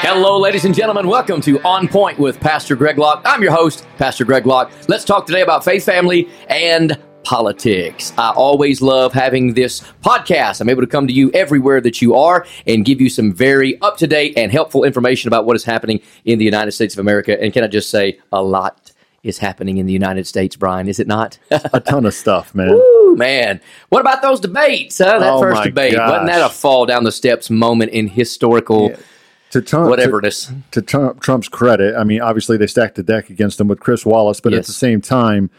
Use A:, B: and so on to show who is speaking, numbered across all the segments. A: Hello, ladies and gentlemen. Welcome to On Point with Pastor Greg Locke. I'm your host, Pastor Greg Locke. Let's talk today about faith, family, and politics. I always love having this podcast. I'm able to come to you everywhere that you are and give you some very up to date and helpful information about what is happening in the United States of America. And can I just say, a lot is happening in the United States, Brian, is it not?
B: a ton of stuff, man.
A: Woo, man. What about those debates? Huh? That
B: Oh,
A: first
B: my
A: debate.
B: gosh.
A: Wasn't that a fall down the steps moment in historical
B: Yeah. To Trump,
A: whatever it
B: to,
A: is?
B: to Trump, Trump's credit, I mean, obviously they stacked the deck against him with Chris Wallace, but
A: Yes.
B: at the same time,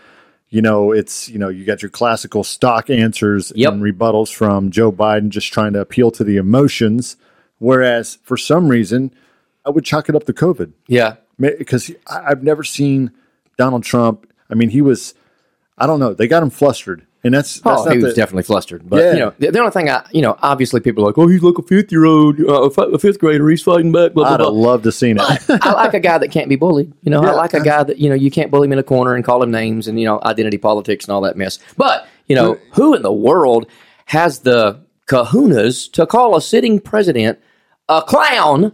B: you know, it's you know, you got your classical stock answers
A: Yep.
B: and rebuttals from Joe Biden, just trying to appeal to the emotions. Whereas for some reason, I would chalk it up to COVID.
A: Yeah.
B: because I've never seen Donald Trump. I mean, he was, I don't know, they got him flustered, and that's that's
A: Oh,
B: not
A: he was
B: the,
A: definitely flustered. But
B: Yeah.
A: you know, the, the only thing I, you know, obviously people are like, oh, he's like a fifth year old, uh, a fi- a fifth grader, he's fighting back. Blah
B: I'd
A: blah
B: have
A: blah.
B: loved to seen it.
A: I like a guy that can't be bullied. You know, I
B: Yeah.
A: like a guy that you know you can't bully him in a corner and call him names and you know identity politics and all that mess. But you know, who in the world has the kahunas to call a sitting president a clown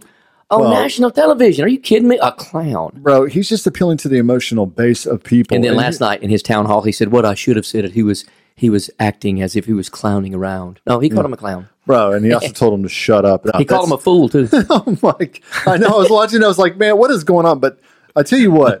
A: on national television? Are you kidding me? A clown.
B: Bro, he's just appealing to the emotional base of people.
A: And then
B: he-
A: last night in his town hall, he said, "What I should have said, he was he was acting as if he was clowning around." No, he
B: Mm.
A: called him a clown.
B: bro, and he also told him to shut up.
A: He called him a fool too.
B: I'm like, I know. I was watching. I was like, man, what is going on? But I tell you what,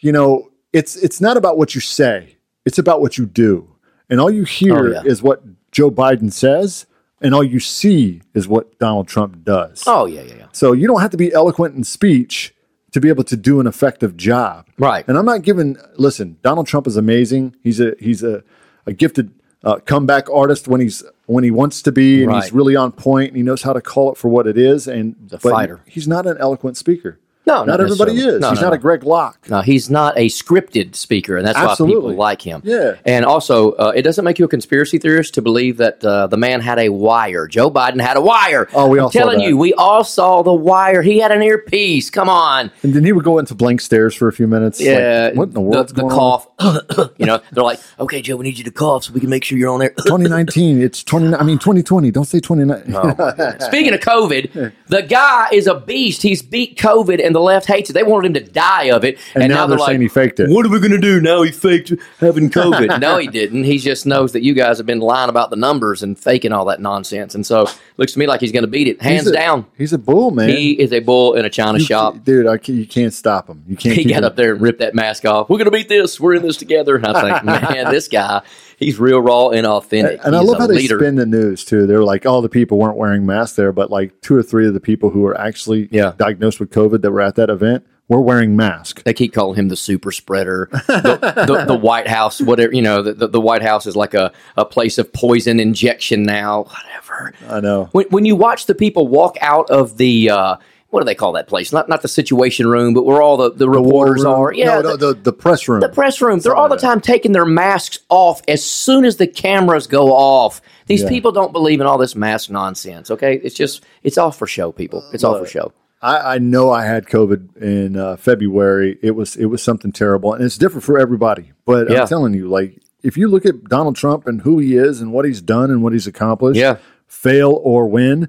B: you know, it's it's not about what you say. It's about what you do. And all you hear
A: Oh, yeah.
B: is what Joe Biden says, and all you see is what Donald Trump does.
A: oh yeah, yeah, yeah.
B: So you don't have to be eloquent in speech to be able to do an effective job.
A: Right.
B: And I'm not giving. Listen, Donald Trump is amazing. He's a he's a, a gifted uh, comeback artist when he's when he wants to be, and
A: Right.
B: he's really on point, and he knows how to call it for what it is. And
A: a
B: but
A: fighter.
B: He's not an eloquent speaker.
A: No, not
B: not everybody
A: necessarily.
B: is.
A: No,
B: he's
A: no,
B: not
A: no.
B: a Greg Locke.
A: No, he's not a scripted speaker, and that's why
B: Absolutely.
A: people like him.
B: Yeah.
A: And also, uh, it doesn't make you a conspiracy theorist to believe that uh, the man had a wire. Joe Biden had a wire.
B: Oh, we
A: I'm
B: all saw
A: telling
B: that.
A: you, we all saw the wire. He had an earpiece. Come on.
B: And then he would go into blank stares for a few minutes. like, what in the world's
A: The,
B: going on?
A: cough. you know, they're like, okay, Joe, we need you to cough so we can make sure you're on there.
B: 2019. It's 29. I mean, 2020. Don't say 29.
A: Speaking of COVID, the guy is a beast. He's beat COVID, and the left hates it. They wanted him to die of it,
B: And now they're saying he faked it.
A: What are we going to do now? He faked having COVID. no, he didn't. He just knows that you guys have been lying about the numbers and faking all that nonsense. And so, looks to me like he's going to beat it, hands
B: He's a-
A: down.
B: He's a bull, man.
A: He is a bull in a china
B: You
A: shop.
B: ca- dude. I can, you can't stop him. You can't.
A: He
B: keep
A: got
B: him.
A: up there and ripped that mask off. We're going to beat this. We're in this together. And I think, man, this guy, he's real raw and authentic.
B: And I
A: He's
B: love
A: a
B: how they
A: leader.
B: spin the news too. They're like, all the people weren't wearing masks there, but like two or three of the people who were actually
A: Yeah.
B: diagnosed with COVID that were at that event were wearing masks.
A: they keep calling him the super spreader, the, the, the White House, whatever. You know, the, the, the White House is like a, a place of poison injection now, whatever.
B: I know.
A: When, when you watch the people walk out of the, uh, what do they call that place? Not not the situation room, but where all the, the reporters are. Yeah,
B: no, no,
A: the,
B: the, the, press room.
A: the press room. They're all the time taking their masks off as soon as the cameras go off. These
B: Yeah.
A: people don't believe in all this mask nonsense, okay? It's just, it's all for show, people. It's all for show.
B: I, I know I had COVID in uh, February. It was it was something terrible, and it's different for everybody. But
A: Yeah.
B: I'm telling you, like if you look at Donald Trump and who he is and what he's done and what he's accomplished,
A: Yeah.
B: fail or win,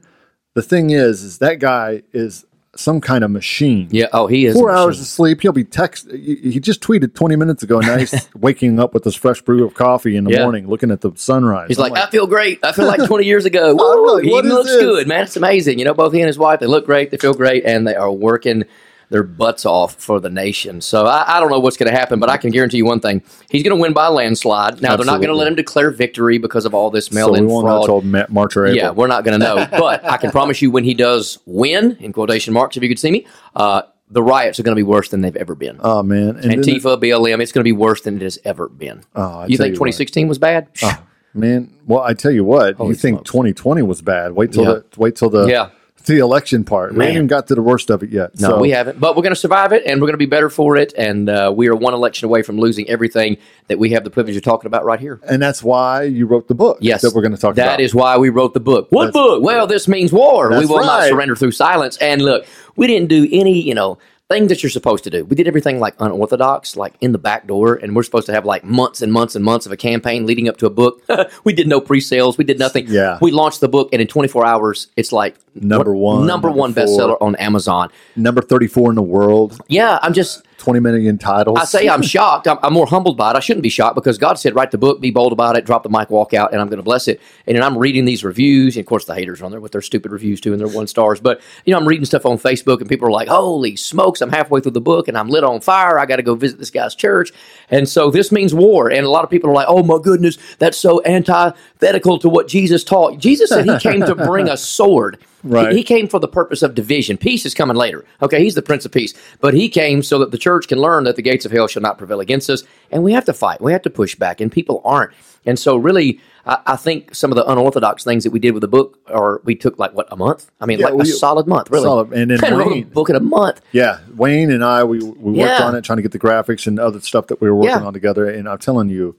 B: the thing is, is that guy is some kind of machine.
A: Yeah, oh, he is. a
B: Four
A: machine.
B: hours of sleep. He'll be text. He he just tweeted 20 minutes ago. Now he's waking up with this fresh brew of coffee in the
A: Yeah.
B: morning, looking at the sunrise.
A: He's like, I feel great. I feel like 20 years ago. Woo,
B: like,
A: he
B: what is
A: looks
B: this?
A: good, man. It's amazing. You know, both he and his wife, they look great, they feel great, and they are working their butts off for the nation. So I, I don't know what's going to happen, but I can guarantee you one thing. He's going to win by a landslide. Now, they're not going to
B: Absolutely.
A: let him declare victory because of all this
B: so
A: mail
B: we
A: in
B: won't know
A: fraud.
B: until Ma- March or April.
A: Yeah, we're not going to know. But I can promise you when he does win, in quotation marks, if you could see me, uh, the riots are going to be worse than they've ever been.
B: oh man, and, then-
A: Antifa, BLM, it's going to be worse than it has ever been.
B: Oh, I
A: you
B: tell
A: think
B: you what. Oh.
A: 2016 was bad?
B: Man, well, I tell you what, you think 2020 was bad. Wait till
A: Yeah.
B: the wait till the
A: Yeah.
B: the election part. We
A: Man.
B: haven't even got to the worst of it yet.
A: No,
B: so,
A: Uh, we haven't. But we're going to survive it, and we're going to be better for it. And uh, we are one election away from losing everything that we have the privilege of talking about right here.
B: and that's why you wrote the book.
A: Yes,
B: that we're going to talk about.
A: That is why we wrote the book. What
B: That's-
A: book? Well, this means war. We
B: That's
A: will not
B: right.
A: surrender through silence. And look, we didn't do any, you know, thing that you're supposed to do. We did everything like unorthodox, like in the back door, and we're supposed to have like months and months and months of a campaign leading up to a book. we did no pre-sales. We did nothing.
B: Yeah.
A: We launched the book, and in 24 hours, it's like
B: Number one,
A: number,
B: number
A: one
B: four.
A: bestseller on Amazon.
B: Number 34 in the world,
A: Yeah, I'm just
B: 20 million titles.
A: I say I'm shocked. I'm, I'm more humbled by it. I shouldn't be shocked because God said, write the book, be bold about it, drop the mic, walk out, and I'm going to bless it. And then I'm reading these reviews. And of course, the haters are on there with their stupid reviews too, and their one stars. But, you know, I'm reading stuff on Facebook, and people are like, holy smokes, I'm halfway through the book and I'm lit on fire. I got to go visit this guy's church. And so this means war. And a lot of people are like, oh my goodness, that's so antithetical to what Jesus taught. Jesus said he came to bring a sword.
B: Right.
A: He, he came for the purpose of division. Peace is coming later. Okay, he's the Prince of Peace. But he came so that the church can learn that the gates of hell shall not prevail against us. And we have to fight. We have to push back. And people aren't. And so, really, I, I think some of the unorthodox things that we did with the book are we took like, what, a month? I mean,
B: Yeah,
A: like
B: we-
A: a solid month, really.
B: Solid. And then
A: I wrote a
B: Wayne-
A: book in a month.
B: Yeah, Wayne and I, we, we worked
A: Yeah.
B: on it, trying to get the graphics and other stuff that we were working
A: Yeah.
B: on together. And I'm telling you,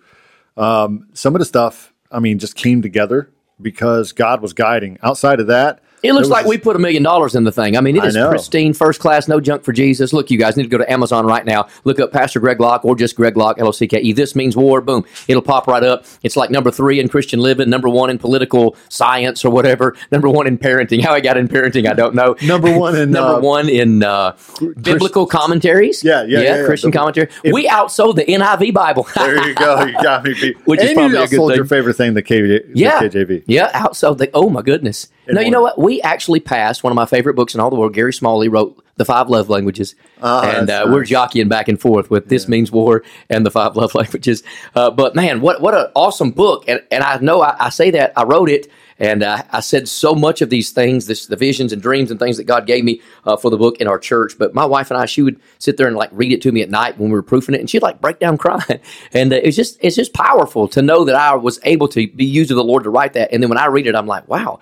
B: um, some of the stuff, I mean, just came together because God was guiding. Outside of that,
A: It looks
B: there was
A: like
B: this-
A: we put a million dollars in the thing. I mean, it is
B: know.
A: pristine, first class, no junk for Jesus. Look, you guys need to go to Amazon right now. Look up Pastor Greg Locke or just Greg Locke, L O C K E. This means war. Boom. It'll pop right up. It's like number three in Christian living, number one in political science or whatever, number one in parenting. How I got in parenting, I don't know.
B: Number one in,
A: number
B: uh,
A: one in uh, biblical commentaries.
B: Yeah, yeah, yeah, yeah.
A: Christian
B: The-
A: commentary. we outsold the NIV Bible.
B: There you go. You got me beat.
A: Which is
B: and
A: probably
B: you
A: a good
B: sold
A: thing.
B: your favorite thing, the, K-
A: Yeah.
B: the KJV.
A: Yeah, outside the oh my goodness. no, you know
B: order.
A: what? We actually passed one of my favorite books in all the world. Gary Smalley wrote The Five Love Languages.
B: Ah,
A: and uh,
B: that's
A: we're
B: nice.
A: jockeying back and forth with This Means War and The Five Love Languages. Uh, but man, what what an awesome book. And, and I know I, I say that, I wrote it. And uh, I said so much of these things, this, the visions and dreams and things that God gave me uh, for the book in our church. But my wife and I, she would sit there and like read it to me at night when we were proofing it, and she'd like break down crying. And uh, it's just it's just powerful to know that I was able to be used of the Lord to write that. And then when I read it, I'm like, wow,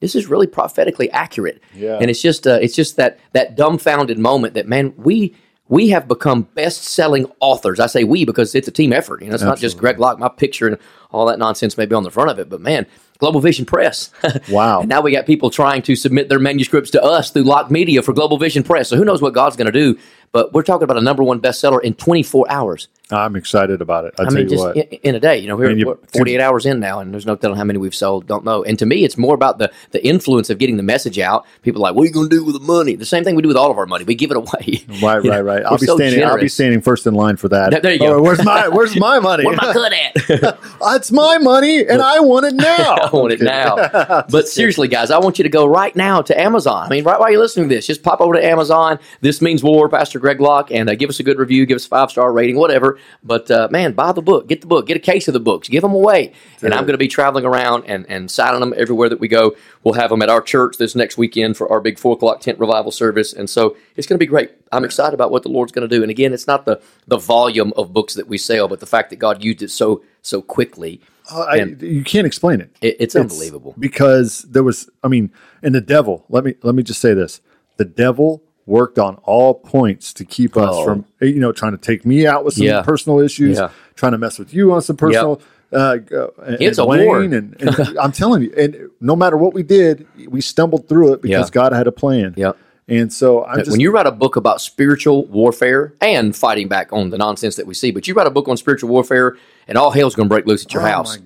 A: this is really prophetically accurate.
B: Yeah.
A: And it's just uh, it's just that that dumbfounded moment that man we we have become best-selling authors. I say we because it's a team effort. You know, it's not just Greg Locke, my picture and all that nonsense may be on the front of it, but man, Global Vision Press.
B: Wow.
A: And now we got people trying to submit their manuscripts to us through Lock Media for Global Vision Press. So who knows what God's going to do? But we're talking about a number one bestseller in 24 hours.
B: I'm excited about it. I'll
A: I
B: tell
A: mean,
B: you
A: just
B: what.
A: in, in a day. You know, we're,
B: mean, you-
A: we're 48 hours in now, and there's no telling how many we've sold. Don't know. And to me, it's more about the the influence of getting the message out. People are like, what are you going to do with the money? The same thing we do with all of our money. We give it away.
B: Right,
A: You know,
B: right, right.
A: we're
B: I'll be
A: so
B: standing. I'll be
A: generous.
B: standing first in line for that.
A: There- there you go.
B: Oh, where's my Where's my money?
A: Where's my cut at?
B: it's my money, and I want it now.
A: I want it now. But seriously, guys, I want you to go right now to Amazon. I mean, right while you're listening to this, just pop over to Amazon. This means war, Pastor Greg Locke, and uh, give us a good review, give us a five star rating, whatever. But uh, man, buy the book, get the book, get a case of the books, give them away. And I'm going to be traveling around and, and signing them everywhere that we go. We'll have them at our church this next weekend for our big four o'clock tent revival service. And so it's going to be great. I'm excited about what the Lord's going to do. And again, it's not the, the volume of books that we sell, but the fact that God used it so so quickly.
B: I, you can't explain it.
A: It- it's
B: Oh, It's-
A: unbelievable.
B: because there was i mean and the devil let me let me just say this the devil worked on all points to keep us
A: Oh.
B: from eh, you know trying to take me out with some
A: Yeah.
B: personal issues
A: Yeah.
B: trying to mess with you on some personal uh, uh, and-
A: It's
B: and
A: a war.
B: Wayne and, and i'm telling you and no matter what we did we stumbled through it because
A: Yeah.
B: god had a plan
A: Yep.
B: and so i'm just
A: when you write a book about spiritual warfare and fighting back on the nonsense that we see, but you write a book on spiritual warfare, and all hell's going to break loose at your
B: oh
A: house.
B: my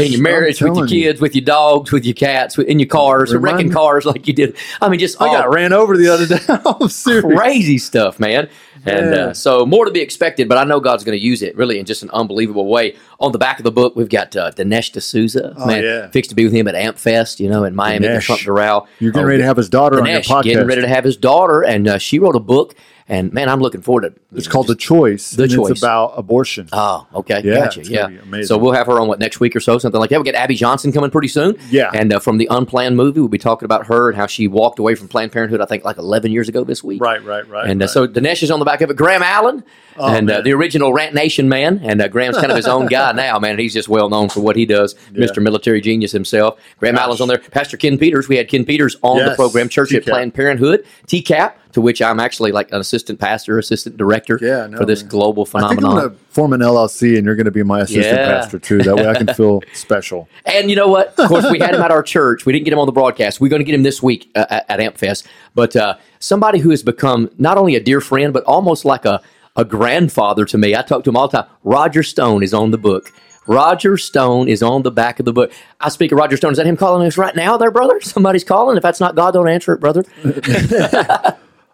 A: in your marriage, with your kids, with your dogs, with your cats, with, in your cars,
B: Remind
A: wrecking
B: me- Oh,
A: cars like you did. I mean, just
B: i
A: all
B: got ran over the other day i'm serious
A: crazy stuff, man. And
B: Yeah.
A: uh, so more to be expected, but I know God's going to use it really in just an unbelievable way. On the back of the book, we've got uh, Dinesh D'Souza. Oh, man,
B: yeah.
A: fixed to be with him at Amp Fest, you know, in Miami, at the
B: Dinesh.
A: Trump Doral.
B: you're getting
A: Oh,
B: ready to have his daughter
A: Dinesh
B: on your
A: getting
B: podcast
A: ready to have his daughter, and uh, she wrote a book. And man, I'm looking forward to.
B: it's called the choice
A: The
B: and
A: Choice.
B: it's about abortion
A: Oh, okay,
B: Yeah,
A: gotcha.
B: it's
A: Yeah,
B: gonna be amazing.
A: so we'll have her on what next week or so, something like that. We will get Abby Johnson coming pretty soon.
B: Yeah.
A: and uh, from the Unplanned movie, we'll be talking about her and how she walked away from Planned Parenthood. I think like 11 years ago this week.
B: Right, right, right.
A: And uh,
B: right. Oh,
A: so Dinesh is on the back of it. Graham Allen, and uh,
B: man.
A: the original Rant Nation man, and uh, Graham's kind of his own guy now, man. He's just well known for what he does, Mr. Military Genius himself. Graham Allen's on there. Pastor Ken Peters, we had Ken Peters on the
B: Yes,
A: program, Church at
B: TCAP.
A: Planned Parenthood, TCAP. to which I'm actually like an assistant pastor, assistant director
B: Yeah, I know,
A: for this
B: man.
A: global
B: I think I'm
A: phenomenon.
B: going to form an LLC, and you're going to be my assistant
A: Yeah.
B: pastor too. That way, I can feel special.
A: And you know what? Of course, we had him at our church. We didn't get him on the broadcast. We're going to get him this week uh, at, at AmpFest. But uh, somebody who has become not only a dear friend, but almost like a, a grandfather to me. I talk to him all the time. Roger Stone is on the book. Roger Stone is on the back of the book. I speak of Roger Stone. Is that him calling us right now, there, brother? Somebody's calling. If that's not God, don't answer it, brother.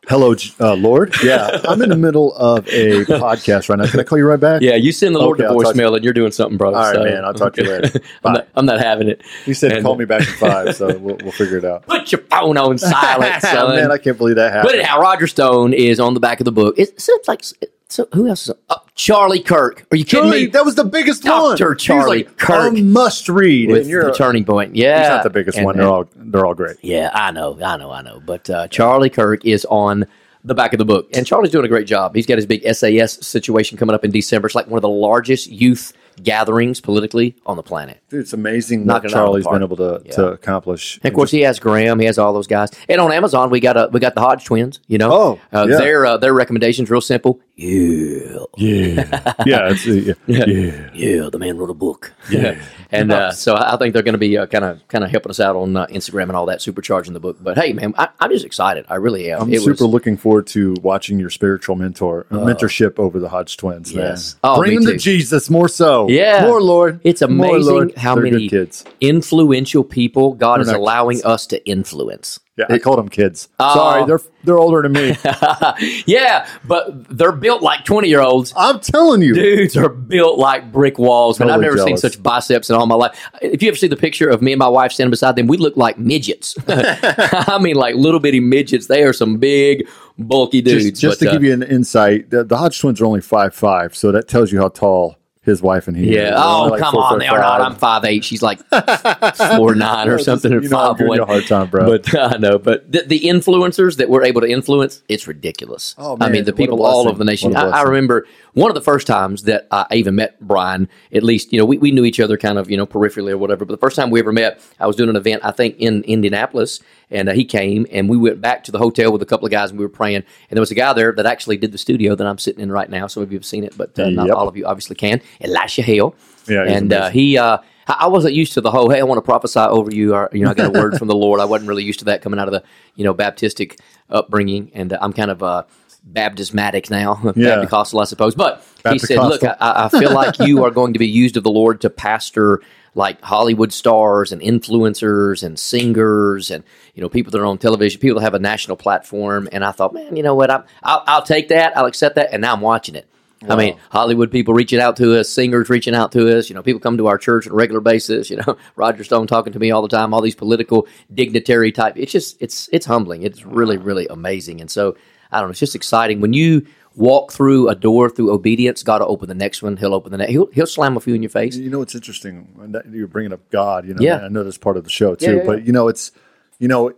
B: Hello, J- uh, Lord. Yeah, I'm in the middle of a podcast right now. Can I call you right back?
A: Yeah, you send the Lord
B: Okay,
A: the
B: I'll talk to
A: voicemail, and you're doing something, brother.
B: All right,
A: so-
B: man. I'll talk to you later.
A: I'm
B: Bye.
A: not, I'm not having it.
B: He said,
A: And-
B: "Call me back at five, so we'll, we'll figure it out. oh,
A: Put your phone on silent, son.
B: Man, I can't believe that happened.
A: But anyhow, Roger Stone is on the back of the book. It seems like so, who else? Is, uh, Charlie Kirk. Are you kidding
B: Charlie,
A: me?
B: that was the biggest one.
A: Dr. Charlie
B: He was like,
A: Kirk.
B: a must read.
A: With
B: and you're
A: the turning point. Yeah,
B: he's not the biggest
A: And-
B: one. They're all they're all great.
A: Yeah, I know, I know, I know. But uh, Charlie Kirk is on the back of the book, and Charlie's doing a great job. He's got his big SAS situation coming up in December. It's like one of the largest youth gatherings politically on the planet.
B: Dude, it's amazing
A: Knocking
B: what
A: it out of the
B: Charlie's
A: park.
B: been able to, to accomplish.
A: And of course, he has Graham. He has all those guys. And on Amazon, we got a, we got the Hodge twins. You know,
B: Oh,
A: uh,
B: yeah.
A: their uh, their recommendations real simple. Yeah,
B: yeah, yeah, it's, yeah, yeah.
A: yeah, the man wrote a book. Yeah, and uh,
B: Nice.
A: so I think they're going to be kind of kind of helping us out on uh, Instagram and all that, supercharging the book. But hey, man, I, I'm just excited. I really am.
B: I'm
A: It
B: super
A: was, Oh.
B: looking forward to watching your spiritual mentor uh, mentorship over the Hodge twins. Man.
A: Yes. Oh, me
B: bring them
A: too.
B: to Jesus more so.
A: Yeah.
B: more Lord.
A: it's
B: More,
A: amazing
B: Lord.
A: how
B: They're
A: many
B: good kids.
A: influential people God is
B: They're not
A: allowing us to influence.
B: Yeah, I called them kids.
A: Oh.
B: Sorry, they're they're older than me.
A: yeah, but they're built like 20 year olds.
B: I'm telling you,
A: Dudes are built like brick walls, man. I've
B: Totally
A: never seen
B: jealous.
A: such biceps in all my life. If you ever see the picture of me and my wife standing beside them, we look like midgets. I mean, like little bitty midgets. They are some big, bulky dudes.
B: just, just
A: But,
B: to
A: uh,
B: give you an insight, the, the Hodge twins are only five five, so that tells you how tall his wife and he.
A: Yeah.
B: Is. They're
A: Oh,
B: only like
A: come
B: four
A: on.
B: foot
A: They are not.
B: five.
A: I'm five eight. She's like four nine or
B: Just-
A: something. Or
B: you know, I'm
A: five
B: giving
A: one.
B: you a hard time, bro.
A: But I know. But the, the influencers that we're able to influence, it's ridiculous.
B: Oh,
A: I
B: man,
A: mean, the
B: what a
A: people all
B: blessing.
A: over the nation.
B: What a
A: I, I
B: blessing.
A: remember one of the first times that I even met Brian. At least you know we, we knew each other kind of you know peripherally or whatever. But the first time we ever met, I was doing an event I think in Indianapolis, and uh, he came and we went back to the hotel with a couple of guys and we were praying. And there was a guy there that actually did the studio that I'm sitting in right now. Some of you have seen it, but uh, not
B: Yep.
A: all of you obviously can. Elisha Hale
B: Yeah, he's
A: and uh,
B: amazing.
A: he, uh, I I wasn't used to the whole. Hey, I want to prophesy over you. Or, you know, I got a word from the Lord. I wasn't really used to that coming out of the you know Baptistic upbringing, and uh, I'm kind of uh, Baptismatic now,
B: Yeah.
A: Pentecostal, I suppose. But he said,
B: Bapticostal.
A: "Look, I, I I feel like you are going to be used of the Lord to pastor." Like Hollywood stars and influencers and singers and you know people that are on television, people that have a national platform, and I thought, man, you know what? I'm, I'll, I'll take that, I'll accept that, and now I'm watching it. I mean, Hollywood people reaching out to us, singers reaching out to us. You know, people come to our church on a regular basis. You know, Roger Stone talking to me all the time. All these political dignitary type. It's just, it's, it's humbling. It's really, really amazing. And so, I don't know. It's just exciting when you walk through a door through obedience. God will open the next one. He'll open the next. He'll, he'll slam a few in your face.
B: You know, it's interesting. when that- You're bringing up God. You know,
A: Yeah.
B: I know that's part of the show too.
A: yeah, yeah.
B: But you know, it's you know it's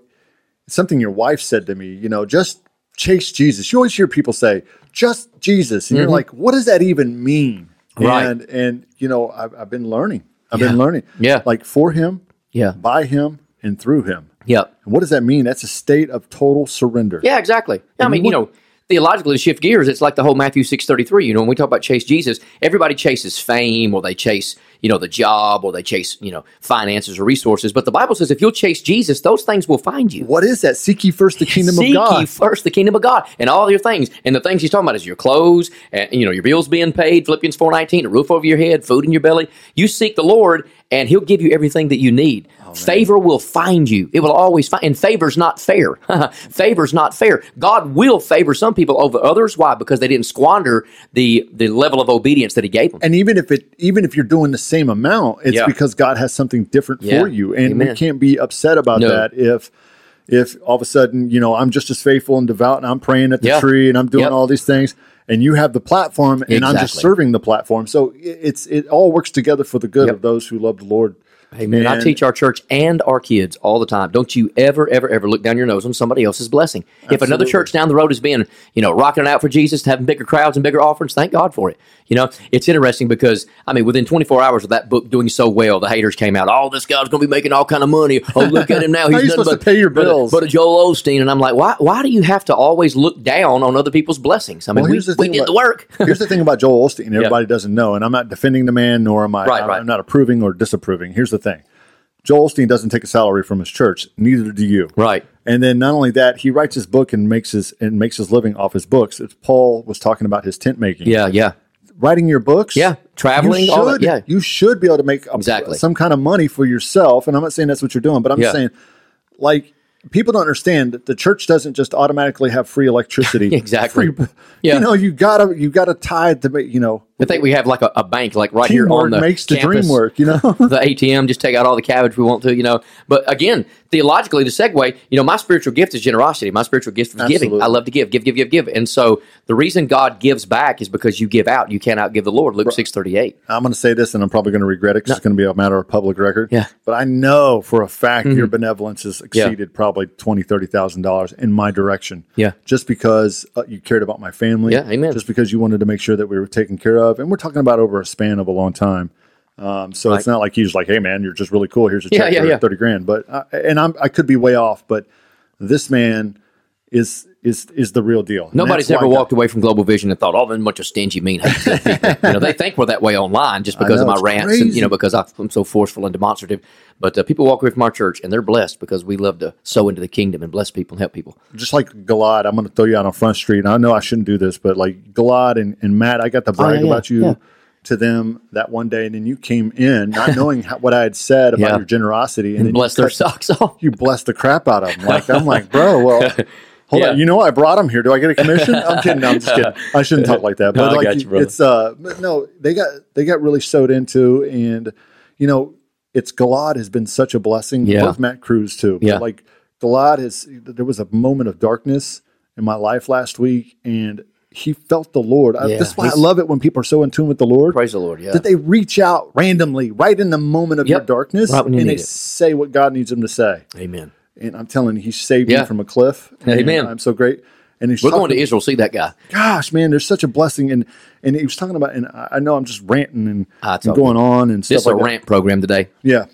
B: something your wife said to me. You know, just chase Jesus. You always hear people say, "Just Jesus," and you're like, "What does that even mean?"
A: Mm-hmm. Right.
B: And and you know, I've, I've been learning. I've
A: Yeah.
B: been learning.
A: Yeah.
B: Like for Him,
A: Yeah.
B: by Him, and through Him.
A: Yep.
B: And what does that mean? That's a state of total surrender.
A: Yeah, exactly. I mean, you know, theologically to shift gears, it's like the whole Matthew six thirty three. You know, when we talk about chase Jesus, everybody chases fame or they chase, you know, the job or they chase, you know, finances or resources. But the Bible says if you'll chase Jesus, those things will find you.
B: What is that? Seek ye first the kingdom
A: Seek
B: of God.
A: ye first the kingdom of God and all your things. And the things he's talking about is your clothes, and you know, your bills being paid, Philippians four nineteen, a roof over your head, food in your belly. You seek the Lord and he'll give you everything that you need.
B: Oh,
A: favor will find you. It will always find and favor's not fair. favor's not fair. God will favor some people over others. Why? Because they didn't squander the the level of obedience that he gave them.
B: and even if it even if you're doing the same amount it's
A: Yeah.
B: because god has something different
A: Yeah.
B: for you and
A: Amen.
B: we can't be upset about
A: No.
B: that if if all of a sudden you know i'm just as faithful and devout and i'm praying at the
A: Yeah.
B: tree and i'm doing
A: Yep.
B: all these things and you have the platform and i'm just
A: Exactly.
B: serving the platform so i- it's it all works together for the good
A: Yep.
B: of those who love the lord
A: Hey man, I
B: And-
A: teach our church and our kids all the time. Don't you ever, ever, ever look down your nose on somebody else's blessing. If another
B: Absolutely.
A: church down the road is being, you know, rocking it out for Jesus, having bigger crowds and bigger offerings, thank God for it. You know, it's interesting because I mean, within 24 hours of that book doing so well, the haters came out. Oh, this guy's going to be making all kind of money. Oh, look at him now.
B: How you
A: nothing
B: supposed to pay your
A: but a-
B: bills?
A: But a, Joel Osteen, and I'm like, why? Why do you have to always look down on other people's blessings? I mean,
B: Well,
A: we,
B: here's the
A: we
B: thing
A: did
B: about-
A: the work.
B: Here's the thing about Joel Olstein, everybody doesn't know, and I'm not defending the man, nor am I.
A: Right,
B: I'm,
A: right.
B: I'm not approving or disapproving. Here's the thing Joel Olstein doesn't take a salary from his church, neither do you.
A: right.
B: And then not only that, he writes his book and makes his and makes his living off his books. It's Paul was talking about his tent making.
A: Yeah. Yeah.
B: Writing your books.
A: Yeah. Traveling,
B: You
A: all that,
B: should,
A: yeah.
B: You should be able to make a-
A: Exactly.
B: some kind of money for yourself. And I'm not saying that's what you're doing, but I'm just
A: Yeah.
B: saying like people don't understand that the church doesn't just automatically have free electricity.
A: Exactly.
B: Free-
A: Yeah.
B: You know, you gotta you gotta tithe to make you know
A: I think we have like a, a bank, like right here on
B: teamwork
A: the
B: makes the
A: campus.
B: dream work, you know?
A: the ATM, just take out all the cabbage we want to, you know. But again, theologically, the segue, you know, my spiritual gift is generosity. My spiritual gift is giving.
B: Absolutely.
A: I love to give, give, give, give, give. And so the reason God gives back is because you give out. You can't outgive the Lord. Luke six thirty eight.
B: I'm going to say this, and I'm probably going to regret it 'cause it's going to be a matter of public record.
A: Yeah. Mm-hmm.
B: But I know for a fact your benevolence has exceeded probably twenty, thirty thousand dollars in my direction.
A: Yeah.
B: Just because uh, you cared about my family.
A: Yeah, amen.
B: Just because you wanted to make sure that we were taken care of, and we're talking about over a span of a long time. Um, so it's not like he was like, "Hey, man, you're just really cool. Here's a check
A: Yeah, yeah,
B: for
A: yeah.
B: thirty grand." But uh, and I'm I could be way off, but this man is is is the real deal. And
A: Nobody's
B: that's
A: ever
B: why God-
A: walked away from Global Vision and thought, "Oh, they're a bunch of stingy, mean." hateful people." you know, they think we're that way online just because
B: know,
A: of my
B: it's
A: rants, and you
B: crazy.
A: know, because I'm so forceful and demonstrative. But uh, people walk away from our church and they're blessed because we love to sow into the kingdom and bless people and help people.
B: just like Galad, I'm going to throw you out on Front Street. And I know I shouldn't do this, but like Galad and, and Matt, I got to brag
A: Oh, yeah, yeah,
B: about you
A: yeah.
B: to them that one day. And then you came in not knowing how, what I had said about
A: Yeah.
B: your generosity. And, then
A: Bless
B: you,
A: their
B: cut-
A: socks off.
B: you blessed the crap out of them. Like, I'm like, bro, well, hold
A: Yeah.
B: on. You know, I brought them here. Do I get a commission? I'm kidding. No, I'm just kidding. I shouldn't talk like that. But
A: No, I
B: like,
A: got you, brother.
B: it's, uh, but no, they got, they got really sewed into and, you know, it's Galad has been such a blessing.
A: Yeah.
B: Both Matt Cruz too. But,
A: Yeah.
B: Like Galad has there was a moment of darkness in my life last week and he felt the Lord. I,
A: Yeah,
B: that's why I
A: he's-
B: love it when people are so in tune with the Lord.
A: Praise the Lord. Yeah.
B: That they reach out randomly right in the moment of your
A: Yep.
B: darkness
A: Right when you
B: and
A: need
B: they
A: it.
B: say what God needs them to say.
A: Amen.
B: And I'm telling you, he saved
A: Yeah.
B: me from a cliff. And
A: Amen.
B: I'm so great. And he's
A: We're
B: talking-
A: going to Israel. See that guy.
B: gosh, man, there's such a blessing. And and he was talking about and I I know I'm just ranting and,
A: Ah, it's
B: and
A: all good.
B: going on and
A: This
B: stuff
A: is a
B: like that.
A: rant program today.
B: Yeah.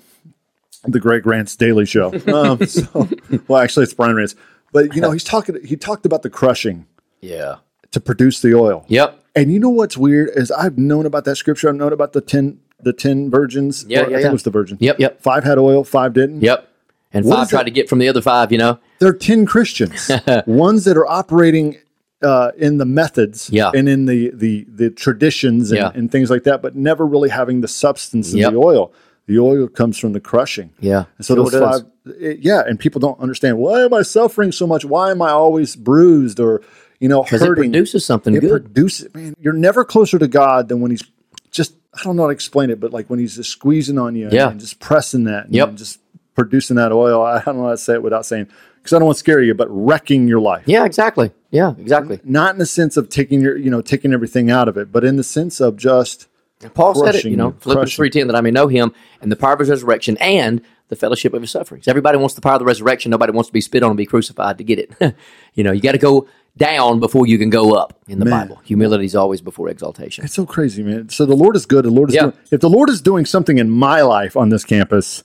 B: The Greg Rants Daily Show. Um, so, well, actually, it's Brian Rants. But, you know, he's talking, he talked about the crushing
A: Yeah.
B: to produce the oil.
A: Yep.
B: And you know what's weird is I've known about that scripture. I've known about the 10, the 10 virgins.
A: Yeah, yeah,
B: or I think
A: yeah.
B: it was the virgin.
A: Yep, yep.
B: Five had oil, five didn't.
A: Yep. And
B: What
A: five
B: is
A: tried
B: that?
A: to get from the other five, you know?
B: They're 10 Christians, ones that are operating uh, in the methods
A: Yeah.
B: and in the, the, the traditions and,
A: Yeah.
B: and things like that, but never really having the substance of
A: Yep.
B: the oil. The oil comes from the crushing.
A: Yeah.
B: And so
A: Sure
B: those
A: does.
B: five, it, yeah, and people don't understand why am I suffering so much? Why am I always bruised or you know
A: Because it
B: hurting?
A: produces something
B: It
A: good.
B: produces- man. You're never closer to God than when He's just I don't know how to explain it, but like when He's just squeezing on you,
A: Yeah.
B: and just pressing that, and
A: Yep.
B: just producing that oil. I don't know how to say it without saying because I don't want to scare you, but wrecking your life.
A: yeah, exactly. Yeah, exactly.
B: Not in the sense of taking your, you know, taking everything out of it, but in the sense of just
A: Paul said it, you
B: crushing
A: know,
B: you,
A: Philippians
B: crushing.
A: 3.10, that I may know him and the power of his resurrection and the fellowship of his sufferings. Everybody wants the power of the resurrection. Nobody wants to be spit on and be crucified to get it. you know, you got to go down before you can go up in the
B: Man.
A: Bible. Humility is always before exaltation.
B: It's so crazy, man. So the Lord is good. The Lord is
A: Yeah.
B: doing, if the Lord is doing something in my life on this campus,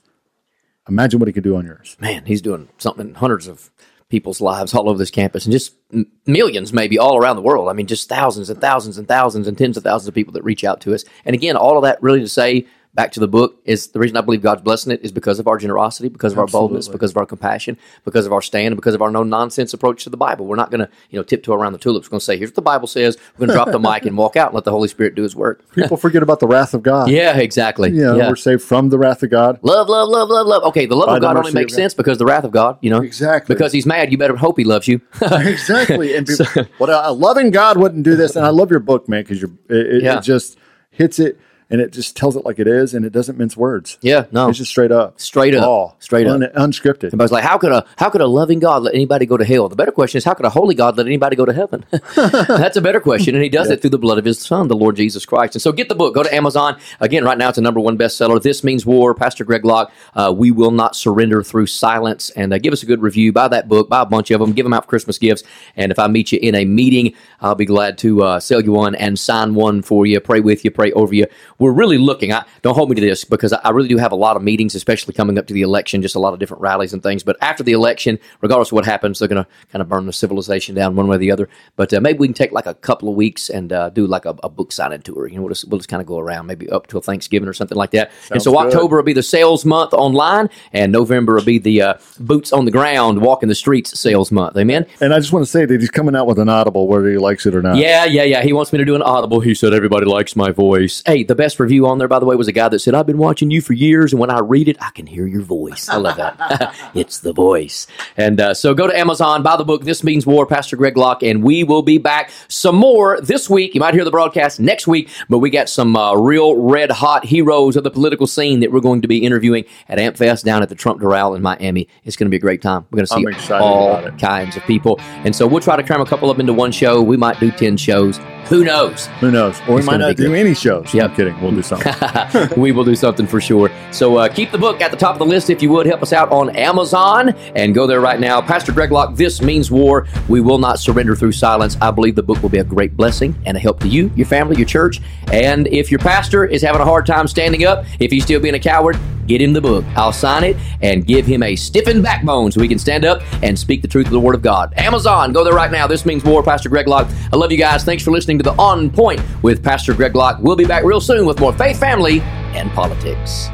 B: imagine what He could do on yours.
A: man, he's doing something in hundreds of people's lives all over this campus and just m- millions, maybe all around the world. I mean, just thousands and thousands and thousands and tens of thousands of people that reach out to us. And again, all of that really to say back to the book is the reason I believe God's blessing it is because of our generosity, because of our boldness, because of our compassion, because of our stand, and because of our no nonsense approach to the Bible. We're not going to, you know, tiptoe around the tulips. We're going to say, here's what the Bible says. We're going to drop the mic and walk out and let the Holy Spirit do his work.
B: People forget about the wrath of God.
A: Yeah, exactly.
B: You know, we're saved from the wrath of God.
A: Love, love, love, love, love. Okay, the love of
B: the
A: God
B: mercy
A: only makes
B: of God.
A: sense because the wrath of God, you know.
B: Exactly.
A: Because he's mad, you better hope he loves you.
B: exactly. And people, what a, a loving God wouldn't do this. And I love your book, man, because you're it, it,
A: Yeah.
B: it just hits it. and it just tells it like it is, and it doesn't mince words.
A: Yeah, no,
B: It's just straight up,
A: straight up,
B: raw,
A: straight up.
B: un- unscripted.
A: Everybody's like, how could a how could a loving God let anybody go to hell? The better question is, how could a holy God let anybody go to heaven? That's a better question, and He does it through the blood of His Son, the Lord Jesus Christ. And so, get the book. Go to Amazon again. Right now, it's a number one bestseller. This means war. Pastor Greg Locke. Uh, we will not surrender through silence. And uh, give us a good review. Buy that book. Buy a bunch of them. Give them out for Christmas gifts. And if I meet you in a meeting, I'll be glad to uh, sell you one and sign one for you. Pray with you. Pray over you. We're really looking. I don't hold me to this because I, I really do have a lot of meetings, especially coming up to the election. Just a lot of different rallies and things. But after the election, regardless of what happens, they're going to kind of burn the civilization down one way or the other. But uh, maybe we can take like a couple of weeks and uh, do like a, a book signing tour. You know, we'll just, we'll just kind of go around, maybe up till Thanksgiving or something like that. and so
B: good.
A: October will be the sales month online, and November will be the uh, boots on the ground, walking the streets sales month. Amen.
B: and I just want to say that he's coming out with an audible, whether he likes it or not.
A: Yeah, yeah, yeah. He wants me to do an audible. He said everybody likes my voice. Hey, the best review on there, by the way, was a guy that said, I've been watching you for years, and when I read it, I can hear your voice. I love that. it's the voice. And uh, so go to Amazon, buy the book, This Means War, Pastor Greg Locke, and we will be back some more this week. You might hear the broadcast next week, but we got some uh, real red hot heroes of the political scene that we're going to be interviewing at AmpFest down at the Trump Doral in Miami. It's going to be a great time. We're going to
B: I'm
A: see
B: excited
A: all
B: about it.
A: kinds of people. And so we'll try to cram a couple of them into one show. We might do 10 shows. Who knows?
B: Who knows? Or we
A: It's
B: might
A: gonna
B: not
A: be
B: do
A: good.
B: any shows.
A: Yep.
B: I'm kidding. We'll do something.
A: we will do something for sure. So uh, keep the book at the top of the list if you would. Help us out on Amazon and go there right now. Pastor Greg Locke, This Means War. We will not surrender through silence. I believe the book will be a great blessing and a help to you, your family, your church. And if your pastor is having a hard time standing up, if he's still being a coward, get him the book. I'll sign it and give him a stiffened backbone so he can stand up and speak the truth of the Word of God. Amazon, go there right now. This means war. Pastor Greg Locke. I love you guys. Thanks for listening to the On Point with Pastor Greg Locke. We'll be back real soon with more faith, family, and politics.